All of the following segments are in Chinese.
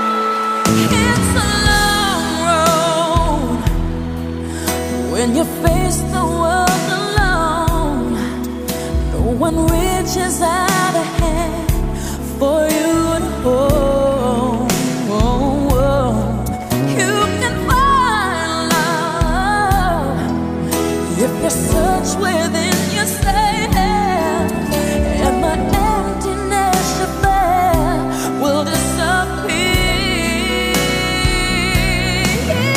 It's a long road when you face the world alone. No one reaches out a hand for you to hold. Oh, You can find love if you search within yourself, and the emptiness you bear will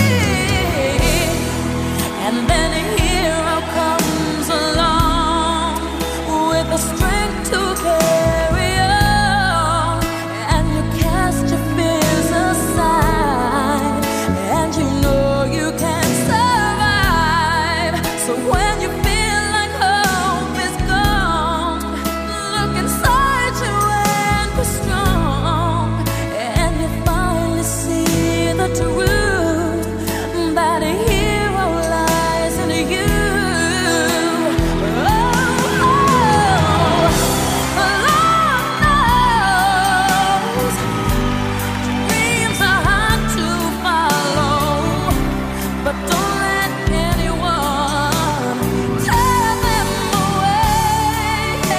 disappear. And then a hero comes along with the strength to carry on. And you cast your fears aside, and you know you can survive. So when you feel like hope is gone, look inside you and be strong, and you finally see the truth that a hero lies in you. Oh, alone knows dreams are hard to follow. But don't let anyone tear them away.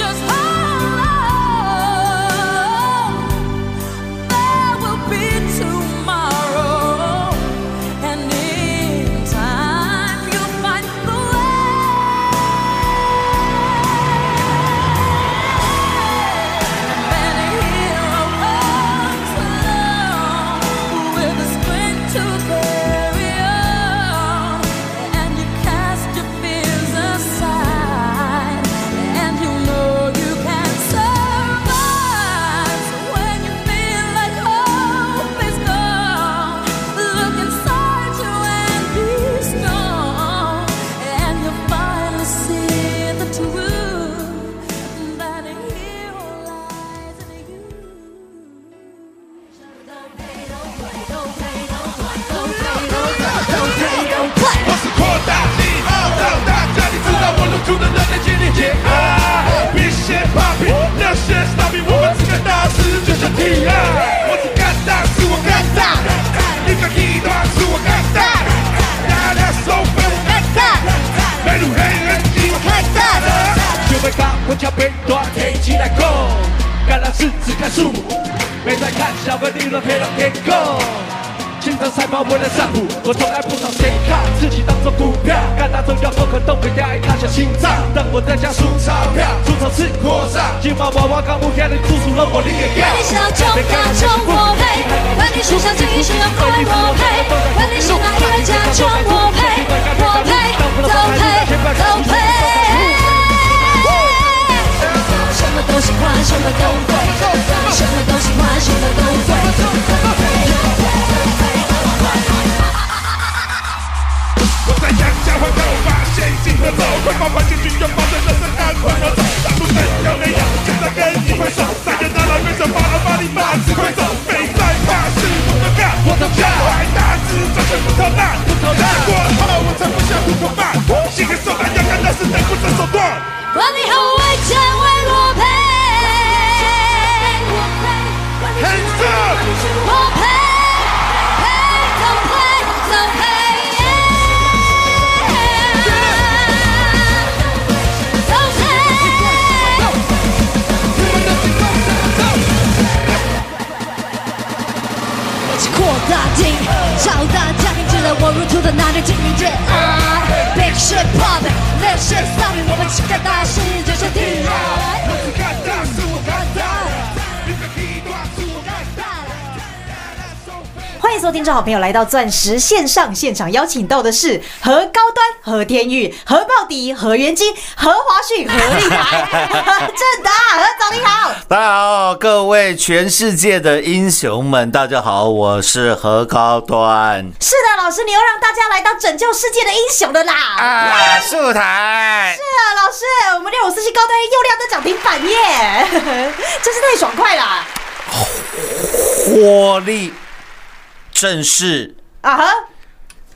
Just hold on. There will be tomorrow, and in time you'll find the way. And a hero comes along with the strength to carry on, and you cast your fears aside, and you know you can survive. When you feel like hope is gone, look inside you and be strong, and you finally see the truth. That a hero lies in you. Go! 经常赛跑，为了散步，我从来不找谁看，自己当做股票，干大头要疯可动个压一大小心脏，让我在家数钞票，除草是火上，金毛娃娃刚不压力，处处让我力也要管。你是要中大中国杯，管你是想精英是要快我配，管你是哪一位家中我配，我配都配都配。什么都喜欢，什么都会，什么都喜欢，什么都会。我在阳江会让我发现新的走，快把环境军用抱着人生安魂而走，大路灯有没有？现在跟你挥手，三个大佬跟着巴拉巴里马只会走，没在怕是我的干，我的干，我还大师转身不逃难，不逃难。过后我才不想糊口饭，心狠手辣要看那是能不择手段。管你后卫前卫我配，我配 Hands up！都配都配。都配。一起扩大镜，找到家庭值得我入土的男女精英界。啊，Big shit pop，那些少女，我们期待大师就是第一。我是干大，是我干大，你敢踢断是我干大。欢迎所有听众好朋友来到钻石线上现场，邀请到的是何高端、何天玉、何报迪、何元金、何华旭、何立台、何正达、啊何总你好。大家好，各位全世界的英雄们，大家好，我是何高端是的，老师，你又让大家来当拯救世界的英雄了啦！啊，素台是。啊，老师，我们六五四七高端又亮灯涨停板耶，真是太爽快啦！获利正是啊哈，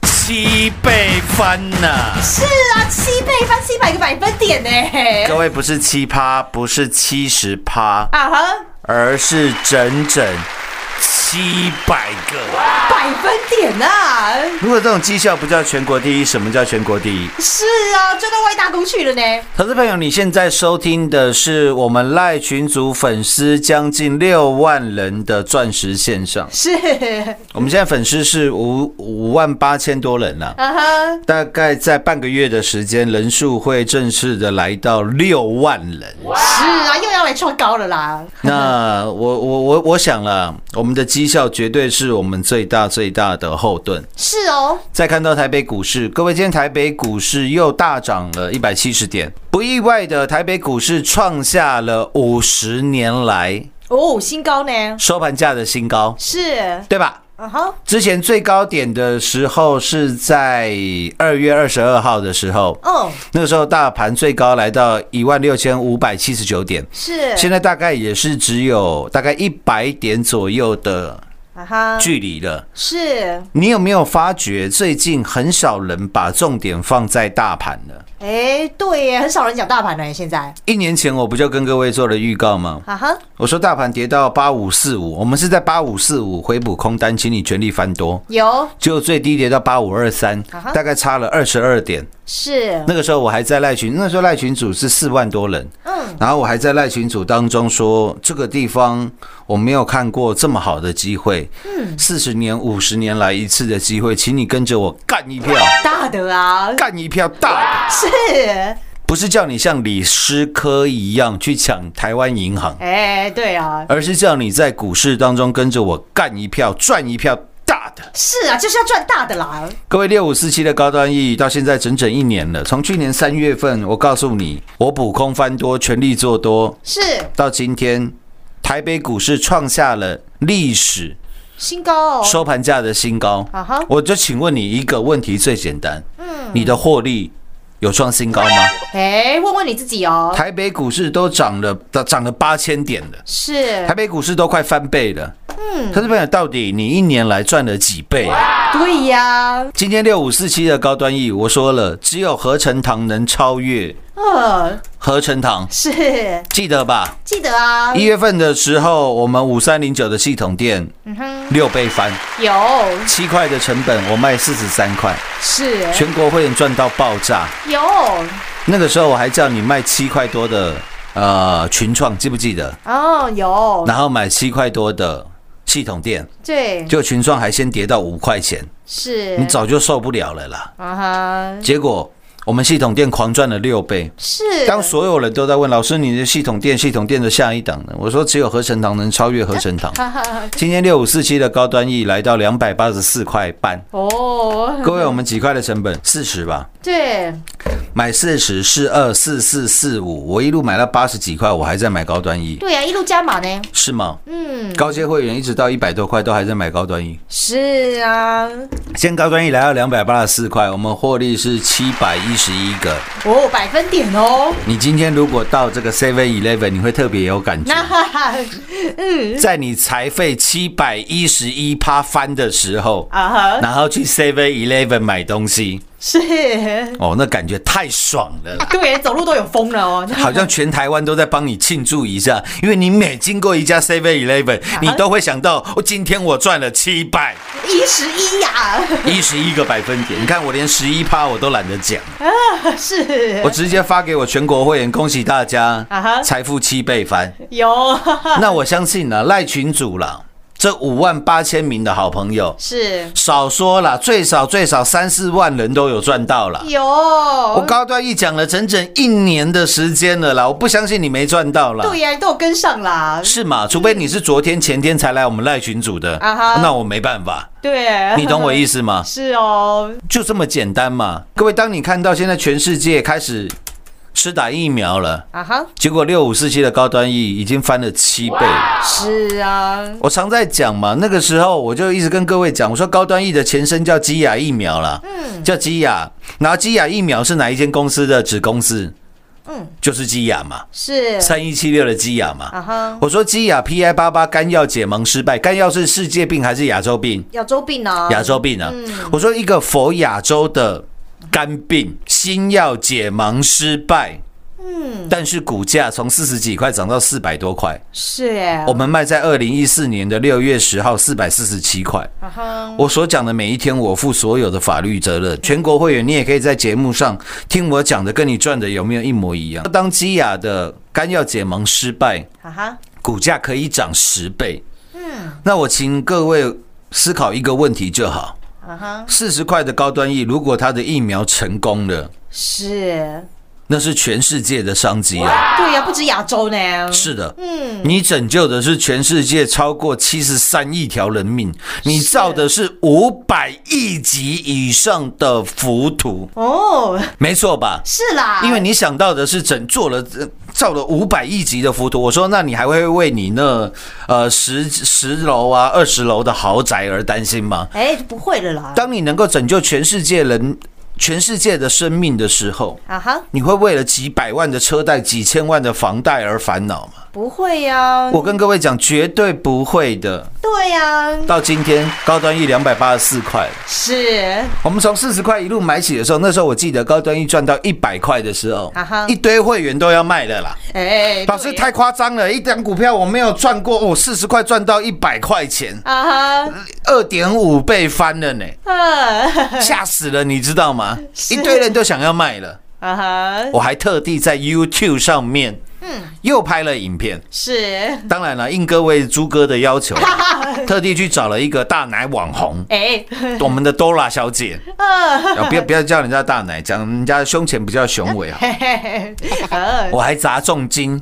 七倍翻呐、是啊，七倍翻七百个百分点呢！各位不是七趴，不是七十趴，啊哈，而是整整七百个。百分点啊呐、如果这种绩效不叫全国第一，什么叫全国第一？是啊，追到外大公去了呢！投资朋友，你现在收听的是我们赖群组粉丝将近六万人的钻石线上，是，我们现在粉丝是五五万八千多人呐、啊哈，大概在半个月的时间，人数会正式的来到六万人。是啊，又要来创高了啦！那我我我我想了，我们的绩效绝对是我们最大最大的后盾。是哦，再看到台北股市，各位，今天台北股市又大涨了一百七十点，不意外的，台北股市创下了五十年来哦，新高呢？收盘价的新高，是，对吧？啊哈，之前最高点的时候是在二月二十二号的时候，哦，那个时候大盘最高来到一万六千五百七十九点，是，现在大概也是只有大概一百点左右的啊哈，距离了。是，你有没有发觉最近很少人把重点放在大盘了？哎，对耶，很少人讲大盘呢，现在，一年前我不就跟各位做了预告吗？啊哈，我说大盘跌到八五四五，我们是在八五四五回补空单，请你全力翻多。有就最低跌到八五二三啊哈，大概差了二十二点。是，那个时候我还在赖群，那时候赖群组是四万多人，嗯，然后我还在赖群组当中说，这个地方我没有看过这么好的机会，嗯，四十年、五十年来一次的机会，请你跟着我干一票，大的啊，干一票大的，是，不是叫你像李师科一样去抢台湾银行，哎，对啊，而是叫你在股市当中跟着我干一票，赚一票大的。是啊，就是要赚大的啦，各位六五四七的高端 E 到现在整整一年了，从去年三月份，我告诉你，我补空翻多，全力做多，是到今天，台北股市创下了历史新高哦，收盘价的新高啊哈。我就请问你一个问题，最简单，嗯你的获利有创新高吗？哎，问问你自己哦，台北股市都涨了，涨涨了八千点了，是台，北股市都快翻倍了。嗯，投资朋友，到底你一年来赚了几倍啊？对呀，今天六五四七的高端 E，我说了，只有合成堂能超越呃，合成堂，是，记得吧？记得啊，一月份的时候，我们五三零九的系统店六倍翻，有七块的成本我卖四十三块，是全国会员赚到爆炸。有那个时候我还叫你卖七块多的呃群创，记不记得？哦有然后买七块多的系统店，对就群创还先跌到五块钱，是你早就受不了了啦。啊哈结果我们系统店狂赚了六倍。是 当所有人都在问老师，你的系统店系统店的下一档呢？我说只有合成堂能超越合成堂。哈哈今天六五四七的高端 E 来到两百八十四块半，哦各位我们几块的成本？四十吧，对买四十四二四四四五，我一路买到八十几块，我还在买高端 E，对呀啊一路加码呢是吗？嗯高阶会员一直到一百多块都还在买高端 E，是啊现在高端 E 来到两百八十四块，我们获利是七百一十一个。哦百分点哦 你今天如果到这个 Seven Eleven，你会特别有感觉。那哈哈在你财费七百一十一趴翻的时候，啊哈然后去 Seven Eleven 买东西，是。哦，那感觉太爽了啦 对走路都有风了哦好像全台湾都在帮你庆祝一下，因为你每经过一家 Seven 啊 Eleven，你都会想到，哦，今天我赚了七百一十一呀 一十一个百分点。你看，我连十一趴我都懒得讲，是我直接发给我全国会员，恭喜大家啊哈财富七倍翻。有哈哈那我相信呢、赖群主啦，这五万八千名的好朋友，是少说了，最少最少三四万人都有赚到了。有我我高端一讲了整整一年的时间了啦，我不相信你没赚到啦。对呀，你都有跟上啦，是嘛？除非你是昨天前天才来我们赖群组的，啊哈那我没办 法，对，？你懂我意思吗 是哦，就这么简单嘛。各位，当你看到现在全世界开始施打疫苗了，啊哈，结果六五四七的高端 E 已经翻了七倍了。是啊，我常在讲嘛，那个时候我就一直跟各位讲，我说高端 E 的前身叫基亚疫苗啦，嗯叫基亚，然后基亚疫苗是哪一间公司的子公司？嗯就是基亚嘛，是三一七六的基亚嘛。啊哈，我说基亚 PI 八八肝药解盲失败，肝药是世界病还是亚洲病？亚洲病啊，亚洲病啊！我说一个佛亚洲的肝病新药解盲失败，嗯，但是股价从四十几块涨到四百多块，是哎我，们卖在二零一四年的六月十号四百四十七块。啊哈，我所讲的每一天，我负所有的法律责任。全国会员，你也可以在节目上听我讲的，跟你赚的有没有一模一样？当基亚的肝药解盲失败，啊哈，股价可以涨十倍。嗯，那我请各位思考一个问题就好：啊哈，四十块的高端疫，如果它的疫苗成功了，是，那是全世界的商机啊！对呀，不止亚洲呢，是的，嗯，你拯救的是全世界超过七十三亿条人命，你造的是五百亿级以上的浮屠，哦，没错吧？是啦，因为你想到的是整做了呃造了五百亿级的浮屠，我说那你还会为你那呃十十楼啊二十楼的豪宅而担心吗？哎不会了啦，当你能够拯救全世界人、全世界的生命的时候，啊哈，你会为了几百万的车贷、几千万的房贷而烦恼吗？不会呀，我跟各位讲，绝对不会的。对呀，到今天高端一两百八十四块，是我们从四十块一路买起的时候，那时候我记得高端一赚到一百块的时候啊哈，一堆会员都要卖了啦。哎，老师对呀太夸张了，一张股票我没有赚过，我四十块赚到一百块钱，啊哈，二点五倍翻了呢，嗯，吓死了，你知道吗？一堆人都想要卖了， 啊哈，我还特地在 YouTube 上面，嗯，又拍了影片。是，当然了，应各位猪哥的 要求，特地去找了一个大奶网红，哎， 我们的 Dora 小姐，嗯，啊不要不要叫人家大奶，讲人家胸前比较雄伟啊。嘿嘿嘿，嗯我还砸重金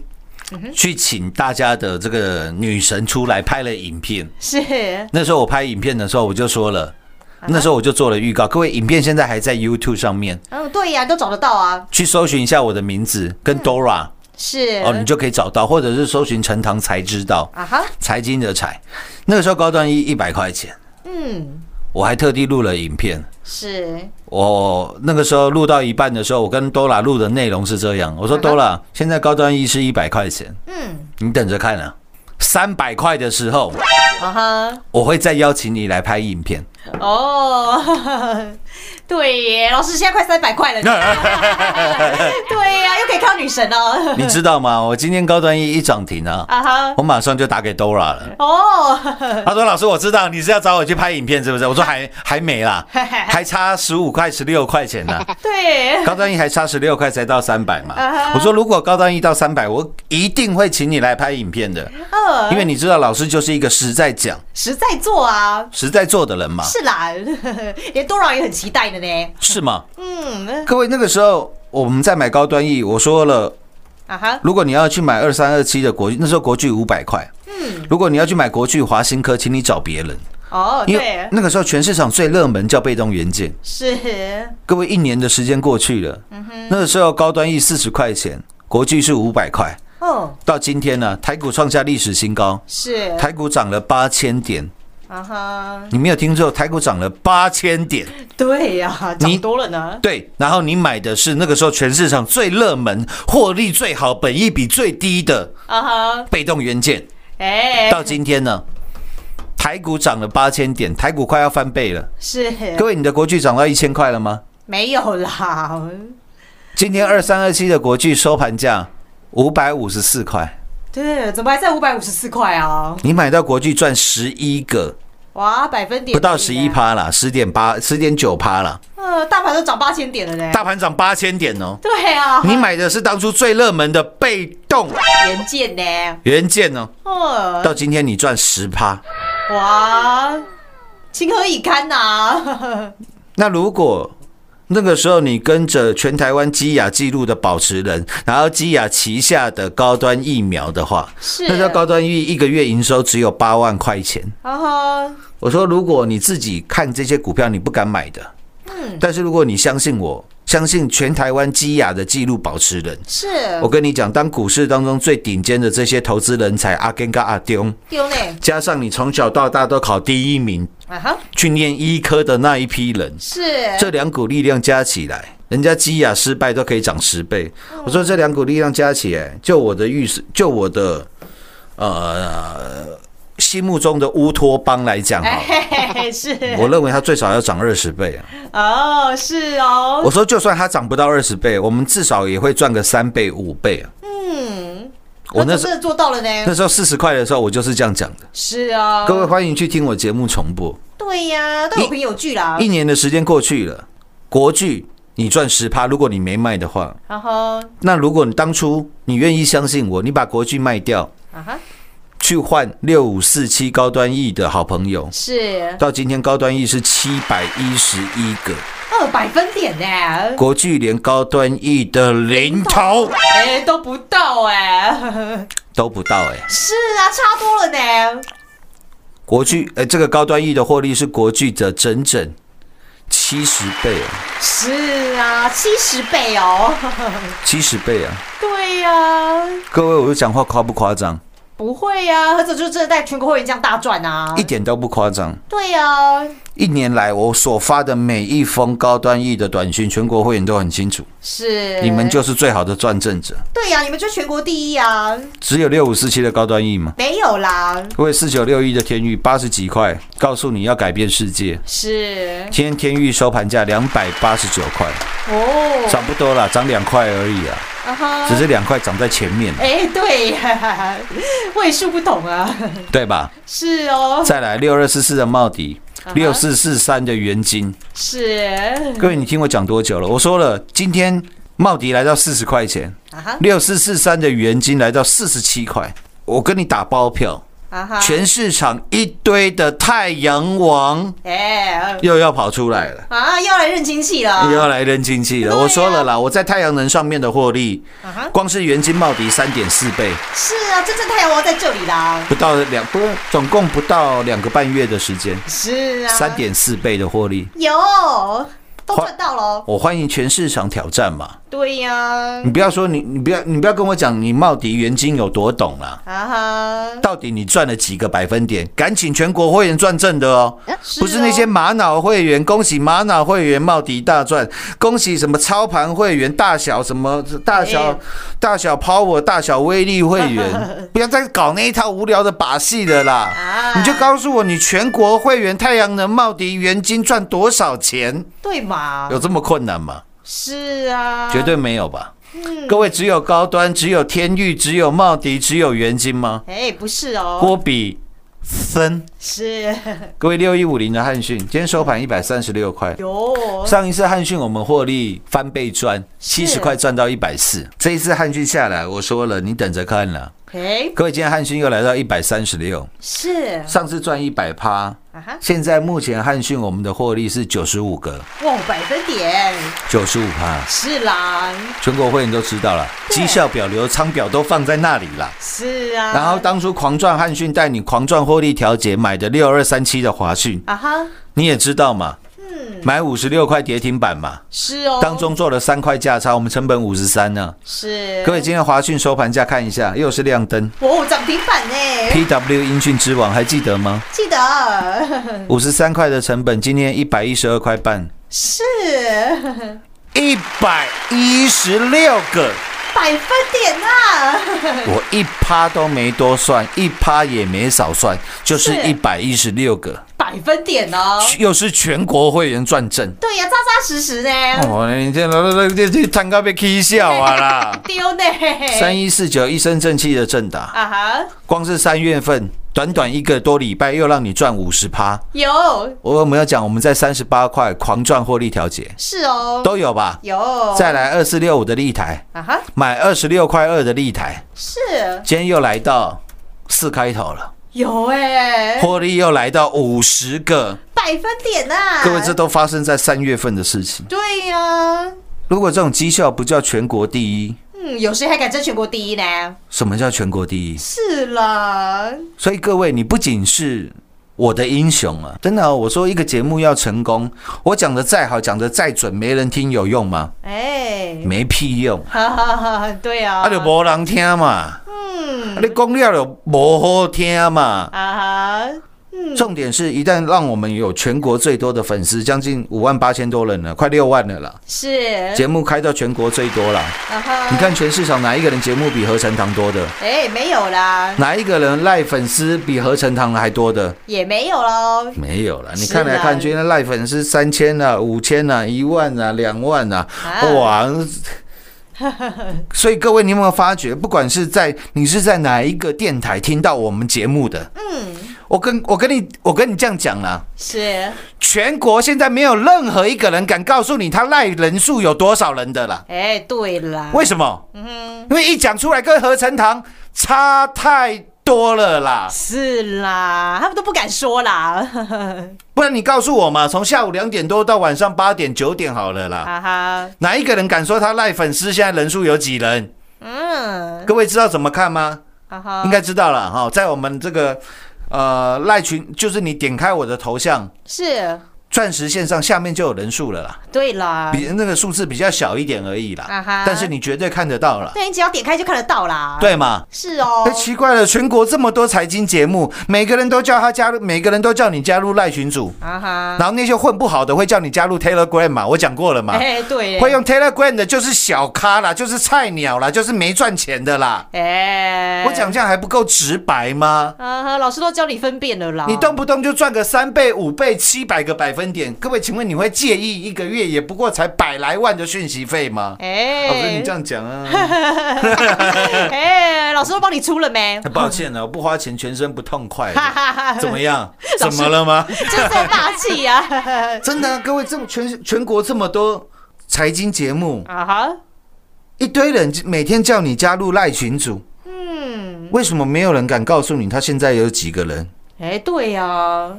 去请大家的这个女神出来拍了影片。是，那时候我拍影片的时候，我就说了，那时候我就做了预告。各位，影片现在还在 YouTube 上面，嗯，对呀，都找得到啊，去搜寻一下我的名字跟 Dora 是，哦，你就可以找到，或者是搜寻陈塘才知道啊哈，财经的财。那个时候高端一一百块钱，嗯，我还特地录了影片。是，我那个时候录到一半的时候，我跟 Dora 录的内容是这样，我说 Dora，现在高端一是一百块钱，嗯，你等着看啊，三百块的时候，啊哈，我会再邀请你来拍影片。哦， 对耶，老师现在快三百块了，哎对呀，又可以看到女神哦，你知道吗？我今天高端一一涨停啊，啊哈，我马上就打给 Dora 了。哦， 他说：“老师，我知道你是要找我去拍影片，是不是？”我说还：“还没啦，还差十五块、十六块钱呢。对，高端一还差十六块才到三百嘛啊哈。我说如果高端一到三百，我一定会请你来拍影片的，嗯，因为你知道老师就是一个实在讲、实在做啊。实在做的人嘛，是啦， 连多少也很期待的呢。是吗？嗯，各位那个时候我们在买高端一，我说了，啊哈，如果你要去买二三二七的国巨，那时候国巨五百块，嗯，如果你要去买国巨、华新科，请你找别人。”哦，因为对，那个时候全市场最热门叫被动元件，是，各位一年的时间过去了，嗯那个时候高端 E 四十块钱，国际是五百块，哦，到今天呢、台股创下历史新高，是，台股涨了八千点，啊哈，你没有听错，台股涨了八千点，对呀，你涨多了呢。对，然后你买的是那个时候全市场最热门、获利最好、本益比最低的啊哈，被动元件，哎，到今天呢，台股涨了八千点，台股快要翻倍了，是各位，你的国际涨到一千块了吗？没有啦，今天二三二七的国巨收盘价五百五十四块，对，怎么还在五百五十四块啊？你买到国巨赚十一个，哇，百分点不到低十呢一，趴啦，十点八、十点九趴啦，呃，大盘都涨八千点了呢。大盘涨八千点哦。对啊，你买的是当初最热门的被动原件呢？元件哦，呃，到今天你赚十趴，哇，情何以堪呐、 那如果那个时候你跟着全台湾基亚纪录的保持人，然后基亚旗下的高端疫苗的话，是那家高端疫一个月营收只有八万块钱。然后我说，如果你自己看这些股票，你不敢买的，但是如果你相信我，相信全台湾基亚的纪录保持人，是我跟你讲，当股市当中最顶尖的这些投资人才阿根跟阿丢，丢嘞，加上你从小到大都考第一名，啊哈，去念医科的那一批人，是这两股力量加起来，人家基亚失败都可以涨十倍。我说这两股力量加起来，就我的预示，就我的呃心目中的乌托邦来讲哈，嘿嘿嘿 是我认为它最少要涨二十倍啊。哦，是哦，我说就算它涨不到二十倍，我们至少也会赚个三倍五倍啊。嗯，我那那时真候的做到了那呢，时候四十块的时候，我就是这样讲的。是啊，各位欢迎去听我节目重播。对呀、都有凭有据啦，一年的时间过去了，国巨你赚十趴，如果你没卖的话，然后那如果你当初你愿意相信我，你把国巨卖掉，啊哈，去换六五四七高端 E 的好朋友，是到今天高端 E 是七百一十一个，二百分点呢、国巨连高端 E 的零头哎、都不到哎、都不到哎、是啊，差多了呢，国巨呃这个高端 E 的获利是国巨的整整七十倍啊，是啊，七十倍哦， 七十倍啊！对呀、各位，我讲话夸不夸张？不会呀、何者就真的带全国会员这样大赚啊一？点都不夸张。对呀、一年来我所发的每一封高端 E 的短讯，全国会员都很清楚，是你们就是最好的赚正者。对呀、你们就全国第一啊，只有六五四七的高端 E 吗？没有啦，各位四九六一的天域八十几块，告诉你要改变世界。是今天天域收盘价两百八十九块，哦，涨不多啦，涨两块而已啊，啊哈只是两块涨在前面， 哎、对呀，位数不同啊，对吧？是哦，再来六二四四的茂迪，啊哈六四四三的元金。是各位，你听我讲多久了？我说了，今天茂迪来到四十块钱，啊哈六四四三的原金来到四十七块，我跟你打包票，啊哈，全市场一堆的太阳王哎、又要跑出来了。啊，要来认亲戚了，又要来扔亲戚啊了，对啊我说了啦，我在太阳能上面的获利啊哈，光是原金茂迪三点四倍，是啊，真正太阳王在这里啦，不到两不总共不到两个半月的时间，是啊，三点四倍的获利，有都赚到了，我欢迎全市场挑战嘛！对呀、啊你不要说你你不要你不要跟我讲你茂迪原金有多懂啊啦，啊哈，到底你赚了几个百分点？赶紧全国会员赚正的哦，不是那些玛瑙会员。恭喜玛瑙会员茂迪大赚，恭喜什么操盘会员、大小什么大小、哎大小 Power、大小威力会员，不要再搞那一套无聊的把戏了啦！啊你就告诉我，你全国会员太阳能、茂迪、元金赚多少钱？对嘛，有这么困难吗？是啊，绝对没有吧！各位，只有高端，只有天域，只有茂迪，只有元金吗？哎、不是哦，郭比森，是各位六一五零的汉讯，今天收盘一百三十六块。有上一次汉讯我们获利翻倍赚，七十块赚到一百四。这一次汉讯下来，我说了，你等着看了。 哎、各位，今天汉讯又来到一百三十六，是上次赚一百趴，啊哈，现在目前汉讯我们的获利是九十五个，哇，百分点九十五趴，是啦，全国会员都知道了，绩效表、流仓表都放在那里了。是啊，然后当初狂赚汉讯带你狂赚获利调节买的六二三七的华讯，啊哈，你也知道嘛，买五十六块跌停板嘛，是嗯哦，当中做了三块价差，我们成本五十三呢。是各位，今天华讯收盘价看一下，又是亮灯。哦，涨停板呢、 PW 音讯之王还记得吗？记得 五十三块的成本，今天一百一十二块半，是 一百一十六个，百分点啊， 我一趴都没多算，一趴也没少算，就是是一百一十六个，百分点哦，又是全国会员赚正。对呀、扎扎实实呢，哦，你这这这这蛋糕被 K 笑啊啦！丢呢，三一四九一身正气的正打，啊哈，光是三月份短短一个多礼拜，又让你赚五十趴。有我有没有讲我们在三十八块狂赚获利调节是哦，都有吧？有再来二四六五的立台，啊哈，买二十六块二的立台，是今天又来到四开头了。有哎、获利又来到五十个。百分点呐、啊！各位，这都发生在三月份的事情。对呀、如果这种绩效不叫全国第一，嗯，有谁还敢争全国第一呢？什么叫全国第一？是啦，所以各位，你不仅是我的英雄啊！真的哦、我说一个节目要成功，我讲的再好，讲的再准，没人听有用吗？哎、没屁用，哈哈哈，对啊，啊就无人听嘛。嗯，啊、你讲了就无好听嘛。啊哈，重点是一旦让我们有全国最多的粉丝，将近五万八千多人了，快六万了啦。是，节目开到全国最多啦。啊哈，你，看全市场哪一个人节目比合成堂多的？哎、没有啦，哪一个人赖粉丝比合成堂还多的？也没有喽，没有了，你是看来啊看去，那赖粉丝三千啊、五千啊、一万啊、两万啊，啊 哇！所以各位，你有没有发觉，不管是在你是在哪一个电台听到我们节目的，嗯，我跟我跟你我跟你这样讲啦、是，全国现在没有任何一个人敢告诉你他赖人数有多少人的啦。哎、对啦，为什么？嗯因为一讲出来跟合成堂差太多了啦。是啦，他们都不敢说啦， 不然你告诉我嘛，从下午两点多到晚上八点九点好了啦。哈啊哈，哪一个人敢说他赖粉丝现在人数有几人？嗯，各位知道怎么看吗？哈哈，应该知道了哈，在我们这个呃赖群，就是你点开我的头像。是，钻石线上下面就有人数了啦，对啦，比那个数字比较小一点而已啦，啊哈但是你绝对看得到啦，对你只要点开就看得到啦，，对吗？是哦哎，，奇怪了，全国这么多财经节目，每个人都叫他加入，每个人都叫你加入赖群组，啊哈，然后那些混不好的会叫你加入 Telegram 嘛，我讲过了嘛，哎、对，会用 Telegram 的就是小咖啦，就是菜鸟啦，就是没赚钱的啦。哎、我讲这样还不够直白吗？啊哈，老师都教你分辨了啦，你动不动就赚个三倍、五倍、七百个百分点，各位，请问你会介意一个月也不过才百来万的讯息费吗？哎、老师， 你这样讲啊， 哎、老师都帮你出了没？抱歉了，我不花钱全身不痛快的哈，哈哈，怎么样？老怎师么了吗？就是在霸气呀、啊！ 真的、啊，各位，这么全全国这么多财经节目，啊哈，一堆人每天叫你加入赖群组，嗯，为什么没有人敢告诉你他现在有几个人？哎、对呀、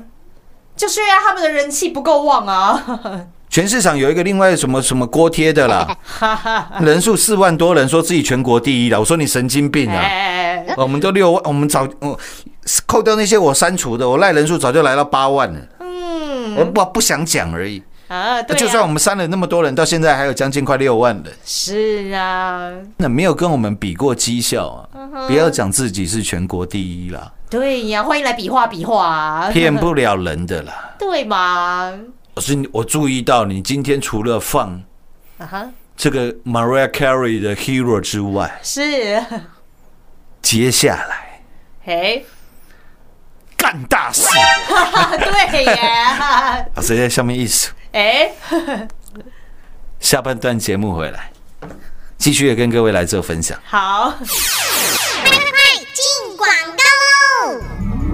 就是因为他们的人气不够旺啊！全市场有一个另外什么什么锅贴 的啦，人数四万多人，说自己全国第一了。我说你神经病啊！哎、我们都六万，我们早我扣掉那些我删除的，我赖人数早就来到八万了。嗯，我不不想讲而已。啊，对啊就算我们删了那么多人，到现在还有将近快六万人。是啊，那没有跟我们比过绩效嗯啊！不要讲自己是全国第 一啦，对呀、欢迎来比划比划、啊，骗不了人的啦。对嘛？老师，我注意到你今天除了放啊哈，这个 Mariah Carey 的 Hero 之外，是，接下来哎，干大事！啊对耶，老师在下面一数，哎，下半段节目回来，继续也跟各位来做分享。好，进广告喽！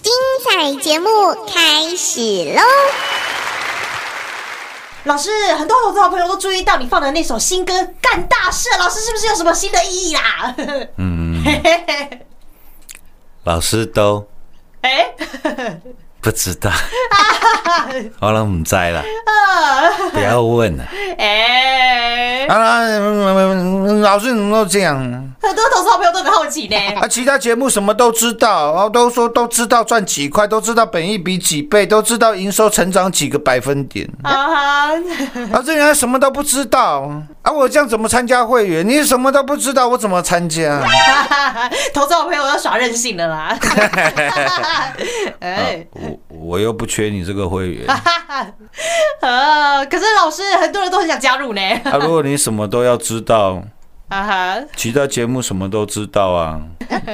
精彩节目开始喽！老师，很多投资好朋友都注意到你放的那首新歌《干大事》，老师是不是有什么新的意义啦？嗯 老师都哎，不知道，我拢唔知啦，不要问了。呃哎，啊，老师怎么都这样？很多投资好朋友都很好奇呢。啊，其他节目什么都知道，然后都说都知道赚几块，都知道本益比几倍，都知道营收成长几个百分点，啊哈，啊，这原来什么都不知道啊！我这样怎么参加会员？你什么都不知道，我怎么参加？ 投资好朋友要耍任性的啦。哎， 我我又不缺你这个会员啊！啊，可是老师，很多人都很想加入呢。啊如果你什么都要知道，啊哈，其他节目什么都知道啊，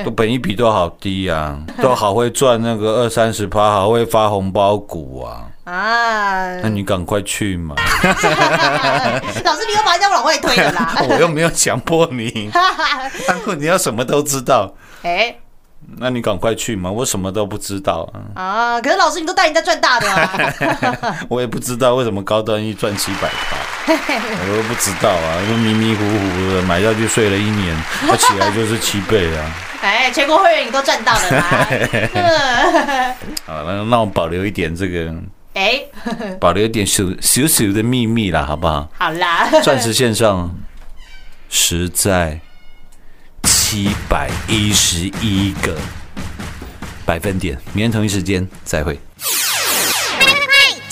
都本益比都好低啊，都好会赚那个二三十趴，好会发红包股啊！啊那，你赶快去嘛！老师，你又把人家往外推了啦。 我又没有强迫你，但是你要什么都知道，哎，那你赶快去嘛！我什么都不知道 啊，啊，可是老师，你都带人家赚大的 啊。我也不知道为什么高端一赚七百块。我又不知道啊，就迷迷糊糊的买下去睡了一年，它起来就是七倍啊。 哎，全国会员你都赚到了 啦。嗯好，那那我保留一点这个，哎，保留一点小小小的秘密啦，好不好？好啦，钻石线上实在七百一十一个百分点，明天同一时间再会。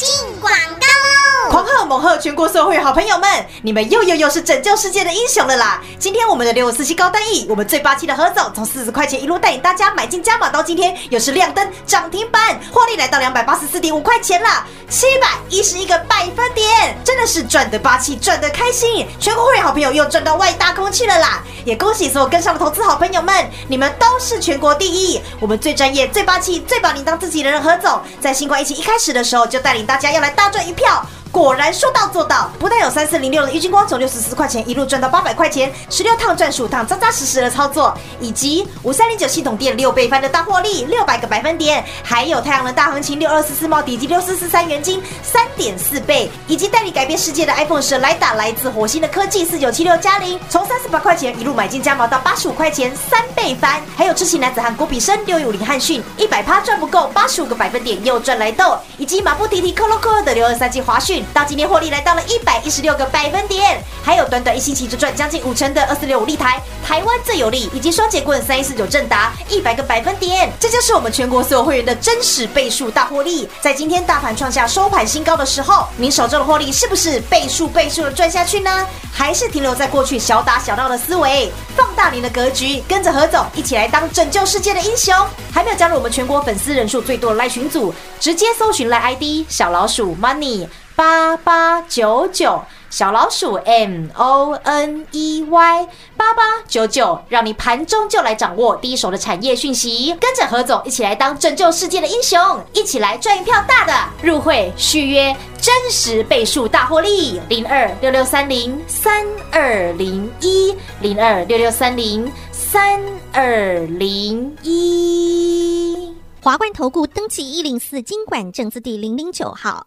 进广告喽！狂贺猛贺全国所有会好朋友们，你们又又又是拯救世界的英雄了啦！今天我们的六四七高单翼，我们最霸气的何总从四十块钱一路带领大家买进加码，到今天又是亮灯涨停板，获利来到两百八十四点五块钱啦，七百一十一个百分点，真的是赚得霸气，赚得开心，全国会好朋友又赚到外大空去了啦！也恭喜所有跟上的投资好朋友们，你们都是全国第一，我们最专业、最霸气、最把你当自己的人何总，在新冠疫情一开始的时候就带领大家要来大赚一票。果然说到做到，不但有三四零六的郁金光从六十四块钱一路赚到八百块钱，十六趟赚数趟，扎扎实实的操作，以及五三零九系统店六倍翻的大获利，六百个百分点，还有太阳能大行情六二四四茂迪以及六四四三元金三点四倍，以及带你改变世界的 iPhone 十来打来自火星的科技四九七六加零，从三十八块钱一路买进加毛到八十五块钱三倍翻，还有知情男子汉郭比生六一五零汉逊一百趴赚不够八十五个百分点又赚来豆，以及马不停蹄克洛克的六二三七华讯，到今天获利来到了一百一十六个百分点，还有短短一星期就赚将近五成的二四六五立台，台湾最有利，以及双节棍三一四九正达一百个百分点，这就是我们全国所有会员的真实倍数大获利。在今天大盘创下收盘新高的时候，您手中的获利是不是倍数倍数的赚下去呢？还是停留在过去小打小闹的思维，放大您的格局，跟着何总一起来当拯救世界的英雄？还没有加入我们全国粉丝人数最多的赖群组，直接搜寻赖 ID 小老鼠 money。八八九九，小老鼠 M O N E Y 八八九九，让你盘中就来掌握第一手的产业讯息，跟着何总一起来当拯救世界的英雄，一起来赚一票大的，入会续约真实倍数大获利，零二六六三零三二零一零二六六三零三二零一。华冠投顾登记一零四经管证字第零零九号。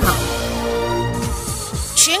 号。全